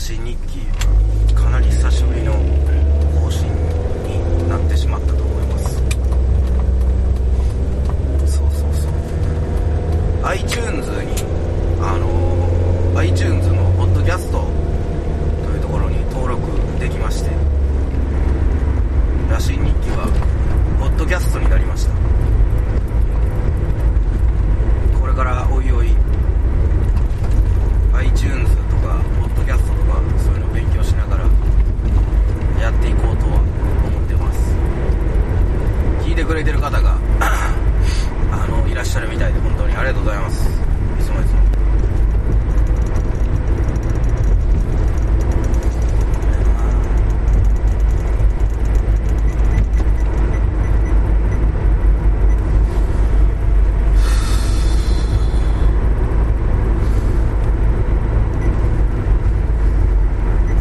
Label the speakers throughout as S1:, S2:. S1: 日記かなり久しぶりの更新になってしまったと思いますそうそうそう iTunes にあの iTunes のポッドキャストというところに登録できましてらしい日記はポッドキャストになりましたこれからおいおい iTunes とか Podcast とかそういうのを勉強しながらやっていこうとは思ってます聞いてくれてる方が あのいらっしゃるみたいで本当にありがとうございますいつもいつも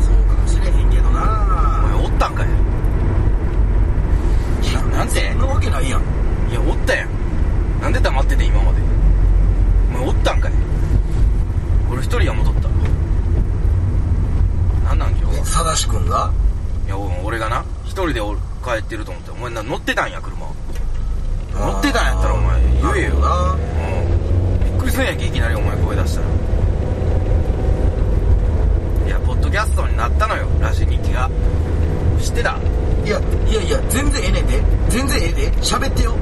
S2: そうかもしれへんけど
S1: お
S2: な
S1: 前おったんかいななんて
S2: そんなわけないやん
S1: いやおったやんなんで黙ってて今までお前おったんかい俺一人や戻ったなんなん今日は
S2: 正しくんが
S1: いやお俺がな一人でお帰ってると思ってお前な乗ってたんや車乗ってたんやったらお前言えよ
S2: な
S1: うんびっくりすんやんけいきなりお前声出したらいやポッドキャストになったのよらしい日記が知ってた
S2: いやいやいや全然ええねんで全然ええで喋ってよ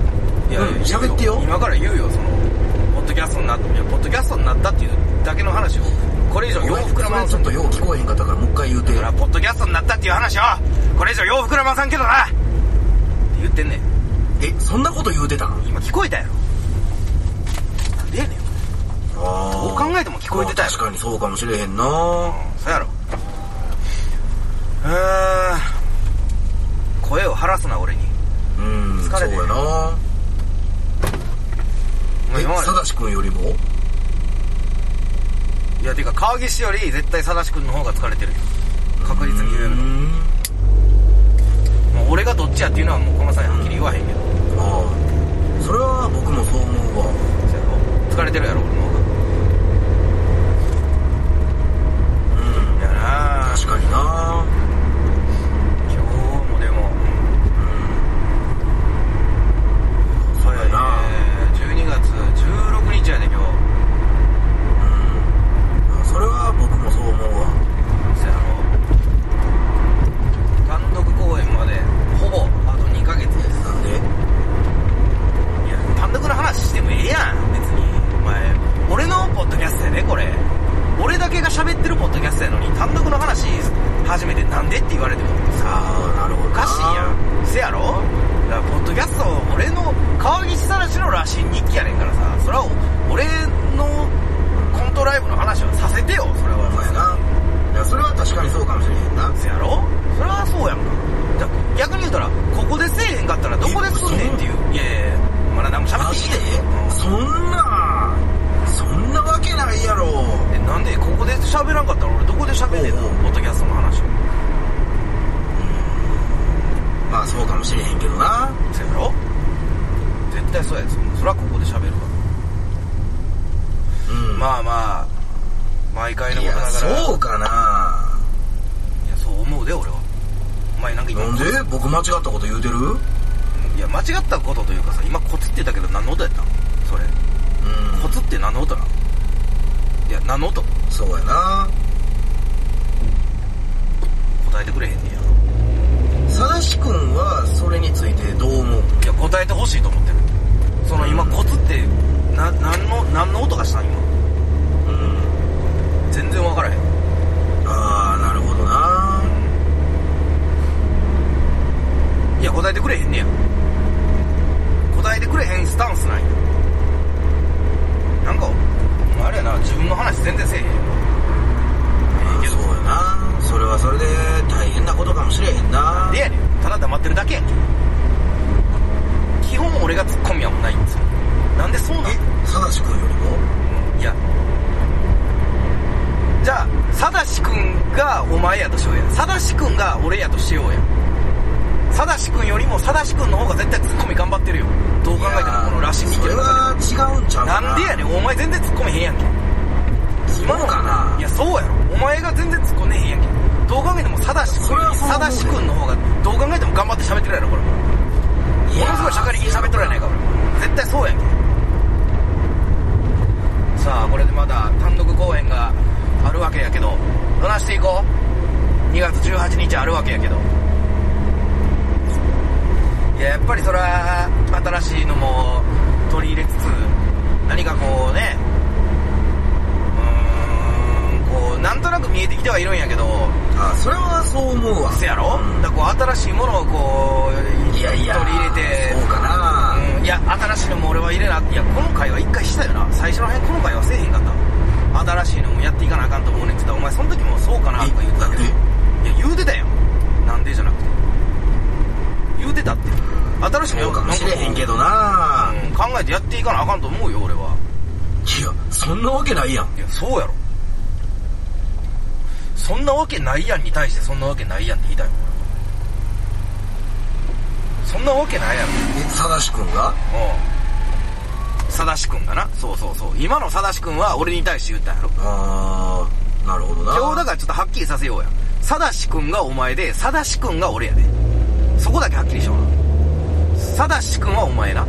S1: いや、
S2: うん喋ってよ
S1: 今から言うよそのポッドキャストになったいやポッドキャストになったっていうだけの話をこれ以上洋服らまん
S2: ちょっとよう聞こえへんかったからもう一回言うて
S1: だからポッドキャストになったっていう話をこれ以上洋服らまさんけどなって言ってんねん
S2: えそんなこと言うてたん
S1: 今聞こえたやろなんでやねんど
S2: ど
S1: う考えても聞こえてたやろ
S2: 確かにそうかもしれへんな
S1: そうやろうーん声を晴らすな俺に
S2: うん
S1: 疲れてる
S2: そうやな
S1: お前今
S2: え
S1: まで
S2: さだしくんよりも
S1: いやてか川岸より絶対さだし君の方が疲れてるよ確実に言える
S2: う
S1: の
S2: ん
S1: もう俺がどっちやっていうのはもうこの際はっきり言わへんけど
S2: ああそれは僕もそう思うわ
S1: そうやろ疲れてるやろ俺の方が
S2: うん
S1: いやなあ
S2: 確かにな
S1: 今日もでも
S2: そうやな
S1: えー12月16日やで今日
S2: うんそれは僕もそう思うわ
S1: そうやろ単独公演までほぼあと2ヶ月です
S2: なんで
S1: いや単独の話してもええやん別にお前俺のポッドキャストやでこれ俺だけが喋ってるポッドキャストやのに単独の話初めてなんでって言われてもさ
S2: ああなるほど
S1: おかしいやんせやろだからポッドキャスト俺の川岸さらしの羅針日記やねんからさそれは俺のコントライブの話はさせてよそれは
S2: そうやないやそれは確かにそうかもしれへんな
S1: せやろそれはそうやんかだから逆に言うたらここでせえへんかったらどこですんねんっていういやいやいやまだ何も喋
S2: マ
S1: ってい
S2: ジ
S1: い
S2: で
S1: ねん
S2: そんなそんなわけないやろ
S1: えなんでここで喋らんかったら俺どこで喋んねんの
S2: おうおう
S1: ポッドキャストの話
S2: まあそうかもしれへんけどな
S1: そうやろ絶対そうやつそらここで喋るわ、
S2: うん
S1: まあまあ毎回の
S2: い
S1: ことな
S2: や
S1: がら
S2: そうかない
S1: やそう思うで俺はお前なんか今
S2: なんで僕間違ったこと言うてるうん
S1: いや間違ったことというかさ今コツって言ったけど何の音やったのそれコツって何の音なのいや何の音
S2: そうやな
S1: 答えてくれへんねんや
S2: さだしくんはそれについてどう思う
S1: いや答えてほしいと思ってるその今コツってな何の何の音がしたん今
S2: うん
S1: 全然分からへん
S2: ああなるほどない
S1: や答えてくれへんねや答えてくれへんスタンスなんやなんかあれやな自分の話全然せえへんやん
S2: まあそうやなそれはそれで大変なことかもしれへんな
S1: でやねんただ黙ってるだけやんけ基本俺がツッコミはもうないんですよなんでそうなの
S2: えさだしくんよりも
S1: いやじゃあさだしくんがお前やとしようやさだしくんが俺やとしようやさだしくんよりもさだしくんの方が絶対ツッコミ頑張ってるよどう考えてもこの羅針日
S2: そ
S1: 記
S2: れ
S1: の中
S2: は違うんちゃう
S1: で
S2: かな
S1: なんでやねんお前全然ツッコみへんやんけ
S2: 今のかない
S1: やそうやろお前が全然ツッコんでへんやんけどう考えてもサダシ
S2: それは
S1: 君
S2: そう思う
S1: サダシ君の方がどう考えても頑張って喋ってるやろこれもの
S2: い
S1: すごいしゃべり喋っとるやないか俺絶対そうやんけさあこれでまだ単独公演があるわけやけどどなしていこう2月18日あるわけやけどいややっぱりそら新しいのも取り入れつつ何かこうねうーんこうなんとなく見えてきてはいるんやけど
S2: あそれはそう思うわ
S1: せやろ
S2: うん
S1: だからこう新しいものをこう
S2: いやいや
S1: 取り入れて
S2: そうかな、
S1: うんいや新しいのも俺は入れないやこの回は一回したよな最初の辺この回はせえへんかった新しいのもやっていかなあかんと思うねんって言ったらお前その時もそうかなとか言ってたけどい
S2: え
S1: や言うてたやんなんでじゃなくて言うてたって新しいの
S2: そうかもしれへんけどな、
S1: うん考えてやっていかなあかんと思うよ俺はい
S2: やそんなわけないやん
S1: いやそうやろそんなわけないやんに対してそんなわけないやんって言いたいもんそんなわけないやろ
S2: え貞志くんが
S1: うん貞志くんがなそうそうそう今の貞志くんは俺に対して言ったんやろ
S2: ああなるほどな
S1: 今日だからちょっとはっきりさせようや貞志くんがお前で貞志くんが俺やでそこだけはっきりしような貞志くんはお前な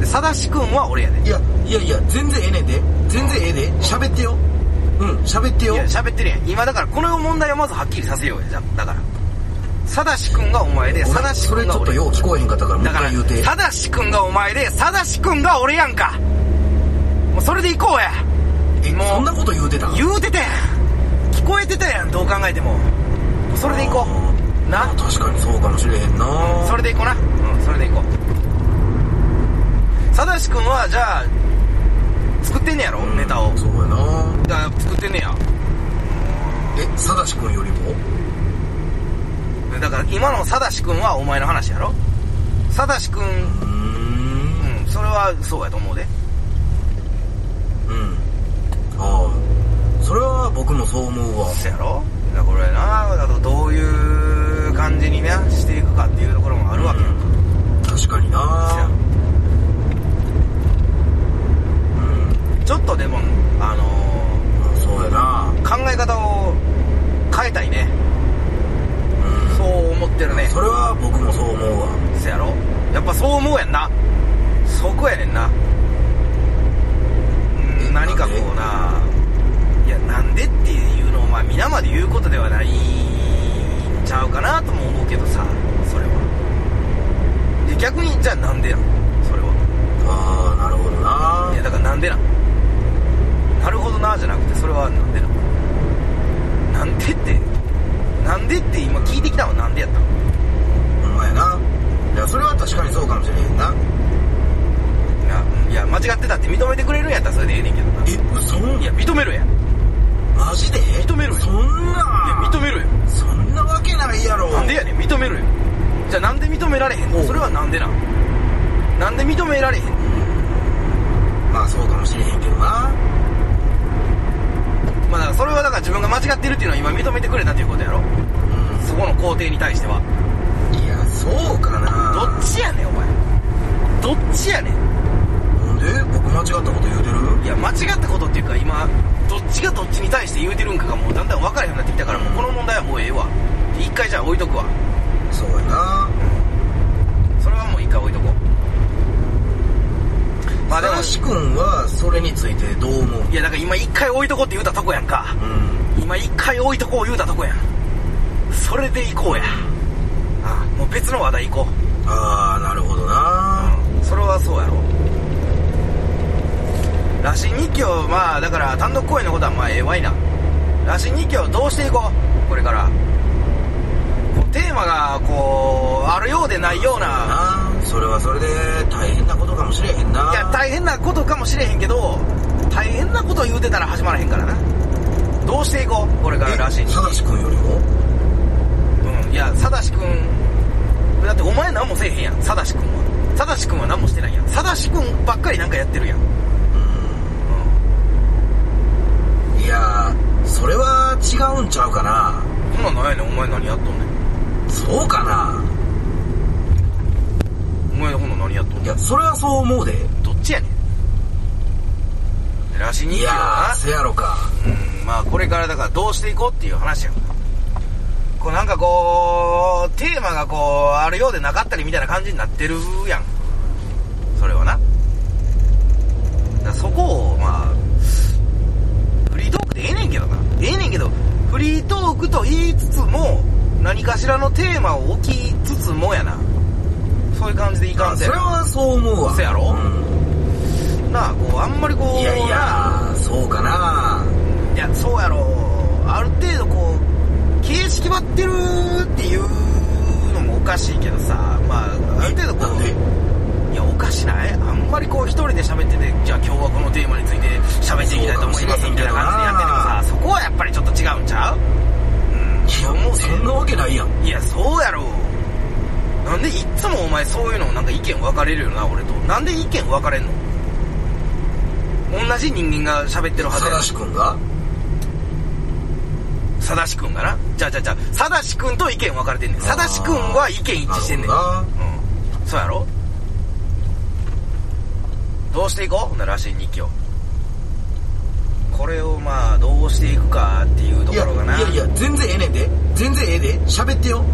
S1: で貞志くんは俺やで
S2: いやいやいや全然ええねんで全然ええで喋ってようん喋ってよ
S1: いや喋ってるやん今だからこの問題をまずはっきりさせようやじゃあだから貞志くんがお前で
S2: ごめん
S1: 貞志
S2: そ
S1: く
S2: れ
S1: ん
S2: ち
S1: が
S2: ょっと
S1: 俺
S2: よう聞こえへんかったからもう
S1: だ
S2: 一
S1: から
S2: 回言うて
S1: 貞志くんがお前で貞志くんが俺やんかもうそれでいこうや
S2: え
S1: もう
S2: そんなこと言うてた
S1: 言うてたやん聞こえてたやんどう考えてもそれでいこうな
S2: あ確かにそうかもしれへんな
S1: それでいこうなうんそれでいこう貞志くんはじゃあ作ってんねやろ、
S2: うん
S1: ネタを
S2: そうやな
S1: だから作ってんねや
S2: え貞志くんよりも
S1: だから今の貞志くんはお前の話やろ貞志くんう
S2: うーん
S1: んそれはそうやと思うで
S2: うんああそれは僕もそう思うわ
S1: そうやろだからこれなだとどういう感じにねしていくかっていうところもあるわけやんか
S2: 確かに
S1: そうや
S2: なうん
S1: ちょっとでもあのー
S2: まあそうやな
S1: 考え方を変えたいね
S2: うん
S1: そう思ってるね
S2: それは僕もそう思うわ
S1: せやろやっぱそう思うやんなそこやねんなうん
S2: え
S1: 何かこうないやなんでっていうのをまあ皆まで言うことではないんちゃうかなとも思うけどさそれはで逆にじゃあなんでなんそれは
S2: ああなるほどない
S1: やだからなんでなんなるほどなじゃなくてそれはなんでなんなんでってなんでって今聞いてきたのはなんでやったの
S2: ほんまやないやそれは確かにそうかもしれへんない
S1: やうんいや間違ってたって認めてくれるんやったらそれでええねんけどな
S2: え嘘
S1: いや認めるやんい
S2: マジで
S1: 認めろよ
S2: そんな
S1: や認めるよ
S2: そんなわけないやろ
S1: なんでやねん認めるよじゃあなんで認められへん
S2: お
S1: の
S2: う
S1: それはなんでなんなんで認められへんの
S2: まあそうかもしれへんけどな
S1: まあだからそれはだから自分が間違ってるっていうのは今認めてくれたということやろ
S2: う
S1: そこの肯定に対しては
S2: んいやそうかな
S1: どっちやねんお前どっちやねん
S2: なんで僕間違ったこと言うてる
S1: いや間違ったことっていうか今どっちがどっちに対して言うてるんかがもうだんだん分からへんようになってきたからもうこの問題はもうええわ一回じゃあ置いとくわ
S2: そうやな
S1: それはもう一回置いとこうまあでも
S2: 正しくんはそれについてどう思う
S1: いやだから今一回置いとこうって言うたとこやんか
S2: うん
S1: 今一回置いとこう言うたとこやんそれで行こうやああもう別の話題行こう、
S2: ああなるほどな
S1: うん、それはそうやろ羅針日記をまあだから単独公演のことはまあええわいな羅針日記をどうしていこうこれからこうテーマがこうあるようでないような
S2: ああそれはそれで大変なことかもしれへんない
S1: や大変なことかもしれへんけど大変なこと言うてたら始まらへんからなどうしていこうこれかららしい
S2: え正しくんよりも
S1: うんいや貞志くんだってお前何もせえへんやん貞志くんは貞志くんは何もしてないやん貞志くんばっかりなんかやってるやん、うん、
S2: いやーそれは違うんちゃうかな
S1: そんなんなんやねんお前何やっとんねん
S2: そうかな
S1: お前ほんなん何やっとんねん
S2: いやそれはそう思うで
S1: どっちやねんらしい日
S2: い
S1: 記
S2: や
S1: は
S2: ーせやろか
S1: なうんまあこれからだからどうしていこうっていう話やんこうなんかこう、テーマがこう、あるようでなかったりみたいな感じになってるやん。それはな。だからそこを、まあ、フリートークでええねんけどな。ええねんけど、フリートークと言いつつも、何かしらのテーマを置きつつもやな。そういう感じでいかんせ
S2: そ
S1: ん
S2: れはそう思うわ
S1: せやろ
S2: うん
S1: なあ、こう、あんまりこう、
S2: いやいやそうかない
S1: やそうやろある程度こう形式ばってるっていうのもおかしいけどさまあある程度こ
S2: なんで
S1: ういやおかしないあんまりこう一人で喋っててじゃあ今日はこのテーマについて喋っていきたいと思いますみたいな感じでやっててもさそこはやっぱりちょっと違うんちゃううん
S2: いや
S1: 思
S2: もう
S1: う
S2: そんなわけないやん
S1: いやそうやろなんでいっつもお前そういうのなんか意見分かれるよな俺となんで意見分かれんの同じ人間が喋ってるはずやのに
S2: 正しくんが
S1: さだしくんがな。じゃあじゃあじゃあ、さだしくんと意見分かれてんねん。さだしくんは意見一致してんねん。
S2: なるほどな
S1: うん。そうやろどうしていこうほんなら、らしい日記を。これをまあ、どうしていくかっていうと
S2: い
S1: こ
S2: や
S1: ろがな。
S2: いやいや全然ええねんで全然ええで喋ってよ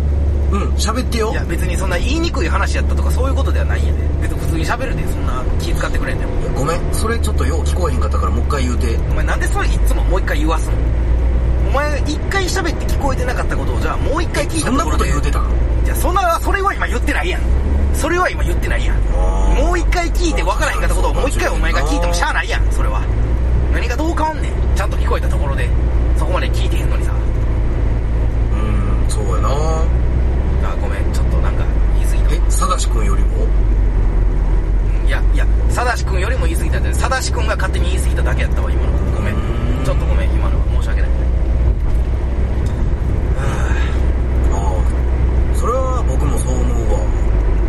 S2: うん喋ってよ
S1: いや別にそんな言いにくい話やったとかそういうことではないんやで。別に普通に喋るで、そんな気遣ってくれんねん。
S2: ごめんそれちょっとよう聞こえへんかったからもう一回言うて
S1: お前なんでそれいっつももう一回言わすのお前一回喋って聞こえてなかったことをじゃあもう一回聞いた
S2: そ
S1: と
S2: んな
S1: こ
S2: こ
S1: ろ
S2: と
S1: で
S2: 言うてた
S1: じゃあそんな、それは今言ってないやん。それは今言ってないやん。
S2: あー
S1: もう一回聞いて分からへんかったことをもう一回お前が聞いてもしゃあないやん、それは。何がどう変わんねん。ちゃんと聞こえたところで、そこまで聞いてへんのにさ。
S2: うんそうやな
S1: あ、ごめん、ちょっとなんか言い過ぎた。
S2: え正しくんよりも
S1: うんいや、いや、さだしくんよりも言い過ぎたんだよ。さだしくんが勝手に言い過ぎただけやったわ、今のは。ごめん
S2: う。ん
S1: ちょっとごめん、今のは申し訳ない。
S2: ああそれは僕もそう思うわ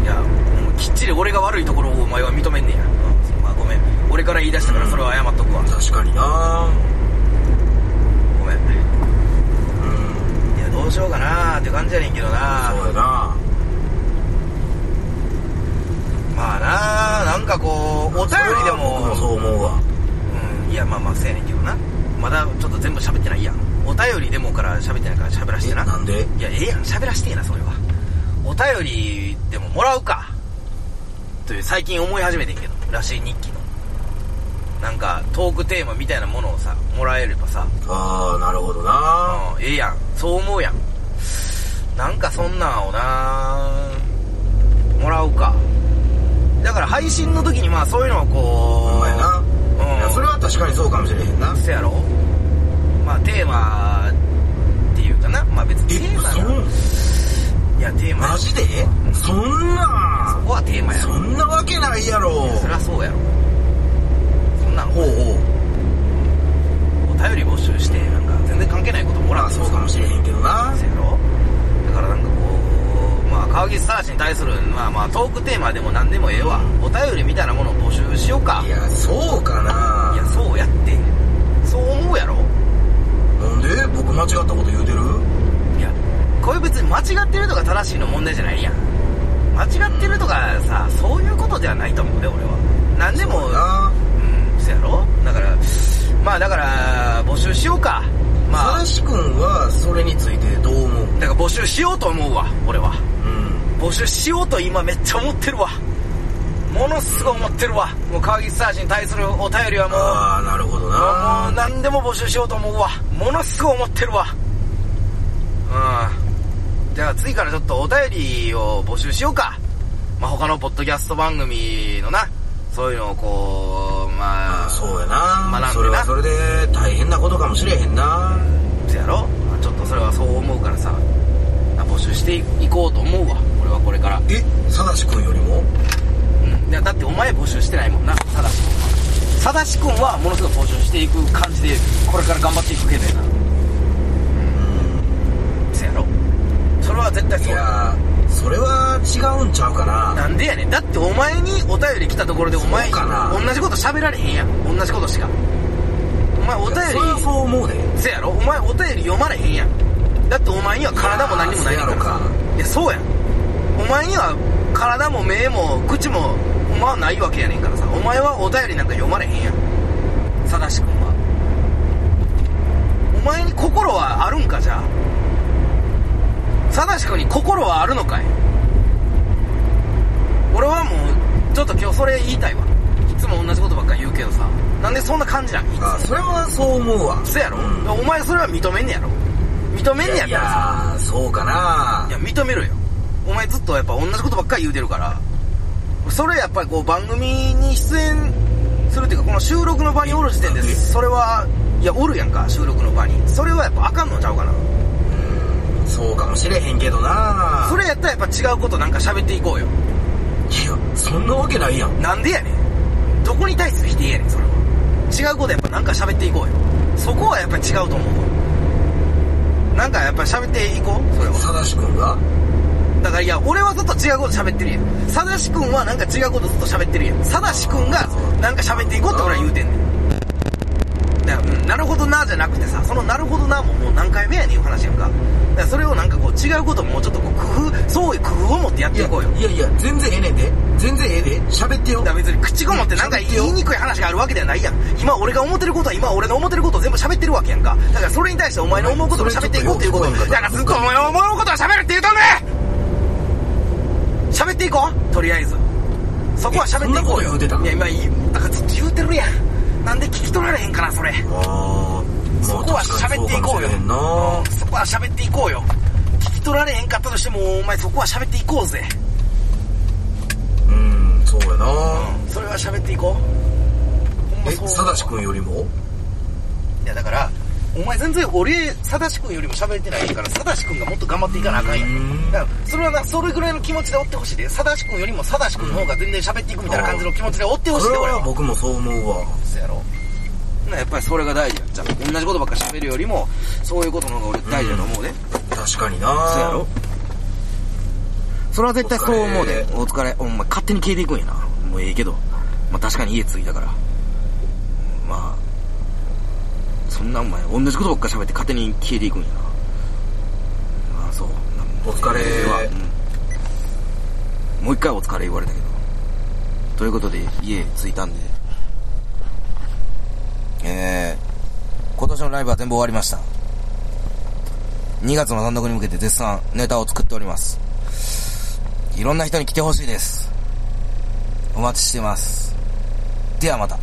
S1: いや、もうきっちり俺が悪いところをお前は認めんねや。うんまあごめん。俺から言い出したからそれは謝っとくわ。
S2: 確かにな
S1: ごめん。
S2: うん
S1: いや、どうしようかなーって感じやねんけどな
S2: そうやな
S1: まあななんかこう、お便りで
S2: 僕もそ
S1: も、
S2: う思うわ
S1: うん、いや、まあまあ、せやねんけどな。まだちょっと全部喋ってないやん。お便りでもから喋ってないから喋らして
S2: え
S1: な。
S2: なんで
S1: いや、ええやん、喋らしてえな、それは。お便りでももらうか。という、最近思い始めてんけど、らしい日記の。なんか、トークテーマみたいなものをさ、もらえればさ、
S2: ああなるほどな
S1: うん、ええやん。そう思うやん。なんかそんなんをなもらうか。だから配信の時にまあそういうのをこう、
S2: お前な
S1: うん
S2: いやそれは確かにそうかもしれへんな
S1: せやろまあテーマっていうかな。まあ別にテーマが
S2: そ
S1: いやテー
S2: う
S1: マ
S2: マジでそん
S1: こ
S2: な
S1: こはテーマやろ
S2: そ。んなわけないやろ
S1: そりゃそうやろ。そんなんお
S2: ほうほう
S1: 便り募集して、なんか全然関係ないこともら
S2: ま
S1: う
S2: あそ
S1: と
S2: うかもしれへんけどな
S1: せやろだからなんかこう、まあ、川岸サーチに対する、まあまあ、トークテーマでも何でもええわ。お便りみたいなものを募集しようか。
S2: い
S1: いや、
S2: やそうかな
S1: そうやって。そう思うやろ
S2: なんで僕間違ったこと言うてる
S1: いや、これ別に間違ってるとか正しいの問題じゃないやん。間違ってるとかさ、そういうことではないと思うで、俺は。何でも、
S2: な
S1: うん、そやろだから、まあだから、募集しようか。まあ
S2: 正、しくんはそれについてどう思う
S1: だから募集しようと思うわ、俺は。
S2: うん
S1: 募集しようと今めっちゃ思ってるわものすごい思ってるわもう川岸サーチに対するお便りはもう
S2: ああなるほど
S1: もう
S2: な
S1: 何でも募集しようと思うわものすごい思ってるわうんじゃあ次からちょっとお便りを募集しようかまあ他のポッドキャスト番組のなそういうのをこう
S2: あ
S1: まあ
S2: あそうやな
S1: 学んでな
S2: それはそれで大変なことかもしれへんな
S1: せやろまあちょっとそれはそう思うからさまあ募集していこうと思うわ俺はこれから
S2: え正しくんよりも
S1: うんいやだってお前募集してないもんなただし君はさだし君はものすごい募集していく感じでこれから頑張っていくけどやなせやろそれは絶対
S2: い
S1: そうや
S2: やそれは違うんちゃうかな
S1: なんでやねんだってお前にお便り来たところでお前
S2: そうかな
S1: 同じこと喋られへんやん同じことしかお前お便
S2: いやそれはそう思うで
S1: りせやろお前お便り読まれへんやんだってお前には体も何にもないねんからさいやそうやんお前には体も目も口もお前はないわけやねんからさお前はお便りなんか読まれへんやんさだし君はお前に心はあるんかじゃあさだし君に心はあるのかい俺はもうちょっと今日それ言いたいわいつも同じことばっか言うけどさなんでそんな感じなんいつも
S2: あそれはそう思うわ
S1: そやろ、
S2: うん
S1: お前それは認めんねやろ認めんねや
S2: い
S1: ったらさ
S2: やそうかない
S1: や認めろよお前ずっとやっぱ同じことばっかり言うてるからそれやっぱりこう番組に出演するっていうかこの収録の場におる時点で
S2: え
S1: それはいやおるやんか収録の場にそれはやっぱあかんのちゃうかな
S2: そうかもしれへんけどな
S1: それやったらやっぱ違うことなんか喋っていこうよ
S2: いやそんなわけないやん
S1: なんでやねんどこに対する否定やねんそれは違うことやっぱなんか喋っていこうよそこはやっぱ違うと思うわなんかやっぱ喋っていこうそれは
S2: さだし君が
S1: だからいや、俺はずっと違うこと喋ってるやん。さだしくんはなんか違うことずっと喋ってるやん。さだしくんがなんか喋っていこうって俺は言うてんねん。だから、うん、なるほどなじゃなくてさ、そのなるほどなももう何回目やねんいう話やんか。だからそれをなんかこう違うこともうちょっとこう工夫、そういう工夫を持ってやっ
S2: い
S1: てい
S2: や
S1: こうよ。
S2: いやいや全然ええねんで全然ええで喋ってよ
S1: だから別に口ごもってなんか言いにくい話があるわけではないやん。今俺が思ってることは今俺の思ってることを全部喋ってるわけやんか。だからそれに対してお前の思うことも喋っていこうっていうこと。
S2: それちょっとよく
S1: だからずっとお前の思うことは喋るって言うとんねん喋っていこうとりあえず。そこは喋っていこ
S2: えそんなこと
S1: うよ。
S2: 言うてた
S1: いや今いい、だからずっと言うてるやん。なんで聞き取られへんかな、それ。
S2: あー
S1: そこは喋っていこ
S2: まあ確かにそうかもし
S1: うよ
S2: れへんな
S1: そこは喋っていこうよ。聞き取られへんかったとしても、お前そこは喋っていこうぜ。
S2: うんそうやな、
S1: それは喋っていこう。ほんま
S2: え
S1: そう
S2: さだし君よりも
S1: いやだからお前全然俺さだし君よりも喋れてないからさだし君がもっと頑張っていかなあかんや
S2: うー
S1: ん
S2: ん
S1: だからそれはなそれぐらいの気持ちでおってほしいでさだし君よりもさだし君の方が全然喋っていくみたいな感じの気持ちでおってほしい
S2: そ
S1: で
S2: れ
S1: 俺
S2: は
S1: は
S2: 僕もそう思うわ
S1: そうやろなやっぱりそれが大事やじゃあ同じことばっか喋るよりもそういうことの方が俺大事やと思うで、
S2: 確かにな
S1: そうやろそれは絶対そう思うでお疲れお前勝手に消えていくんやなもうええけどまあ確かに家着いたからまあそんなお前同じことばっか喋って勝手に消えていくんやなまあそう
S2: お疲れ
S1: は、うん、もう一回お疲れ言われたけどということで家着いたんでえー、今年のライブは全部終わりました2月の単独に向けて絶賛ネタを作っておりますいろんな人に来てほしいですお待ちしてますではまた